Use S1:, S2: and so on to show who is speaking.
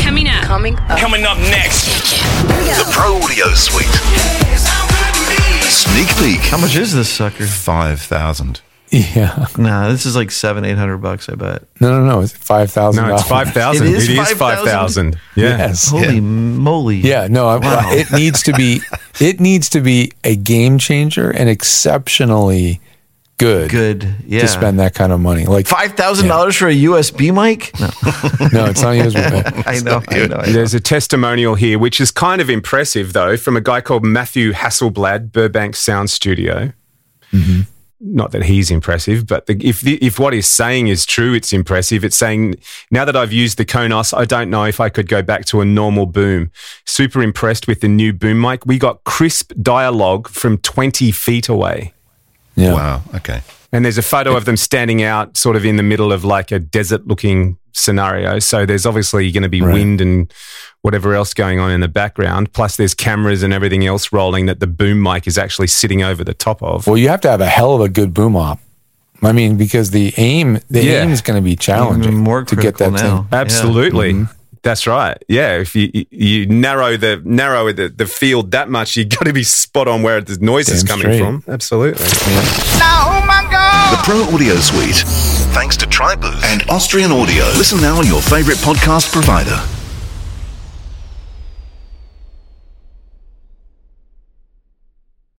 S1: coming up.
S2: Coming up next.
S3: The Pro Audio Suite. Sneak peek.
S4: How much is this sucker?
S3: 5,000.
S5: Yeah.
S4: Nah, this is like seven, eight hundred bucks. I bet.
S5: No, no, no. It's five thousand.
S6: No, it's five thousand.
S4: It
S6: It
S4: is
S6: is,
S4: 5,000?
S6: thousand. Yeah.
S5: Yes.
S4: Holy moly!
S5: Yeah. No. I, It needs to be. It needs to be a game changer and exceptionally good.
S4: Good. Yeah.
S5: To spend that kind of money, like
S4: five thousand dollars for a USB mic? No,
S5: no, it's not usable.
S4: I know. I know. I know.
S6: There's a testimonial here, which is kind of impressive, though, from a guy called Matthew Hasselblad, Burbank Sound Studio. Not that he's impressive, but the, if, the, if what he's saying is true, it's impressive. It's saying, now that I've used the Konos, I don't know if I could go back to a normal boom. Super impressed with the new boom mic. We got crisp dialogue from 20 feet away.
S5: Yeah.
S3: Wow. Okay.
S6: And there's a photo of them standing out sort of in the middle of like a desert looking scenario. So there's obviously going to be
S5: Right.
S6: wind and whatever else going on in the background. Plus there's cameras and everything else rolling that the boom mic is actually sitting over the top of.
S5: Well, you have to have a hell of a good boom op. I mean, because the aim, the
S6: Yeah.
S5: aim is going to be challenging
S4: Even more
S5: to get that
S4: critical now.
S5: thing.
S4: Yeah.
S6: Absolutely.
S5: Mm-hmm.
S6: That's right. Yeah, if you you- you narrow the narrow the, the field that much, you got to be spot on where the noise is
S5: Damn
S6: coming
S5: straight.
S6: from. Absolutely.
S3: The Pro Audio Suite. Thanks to TriBoost and Austrian Audio. Listen now on your favorite podcast provider.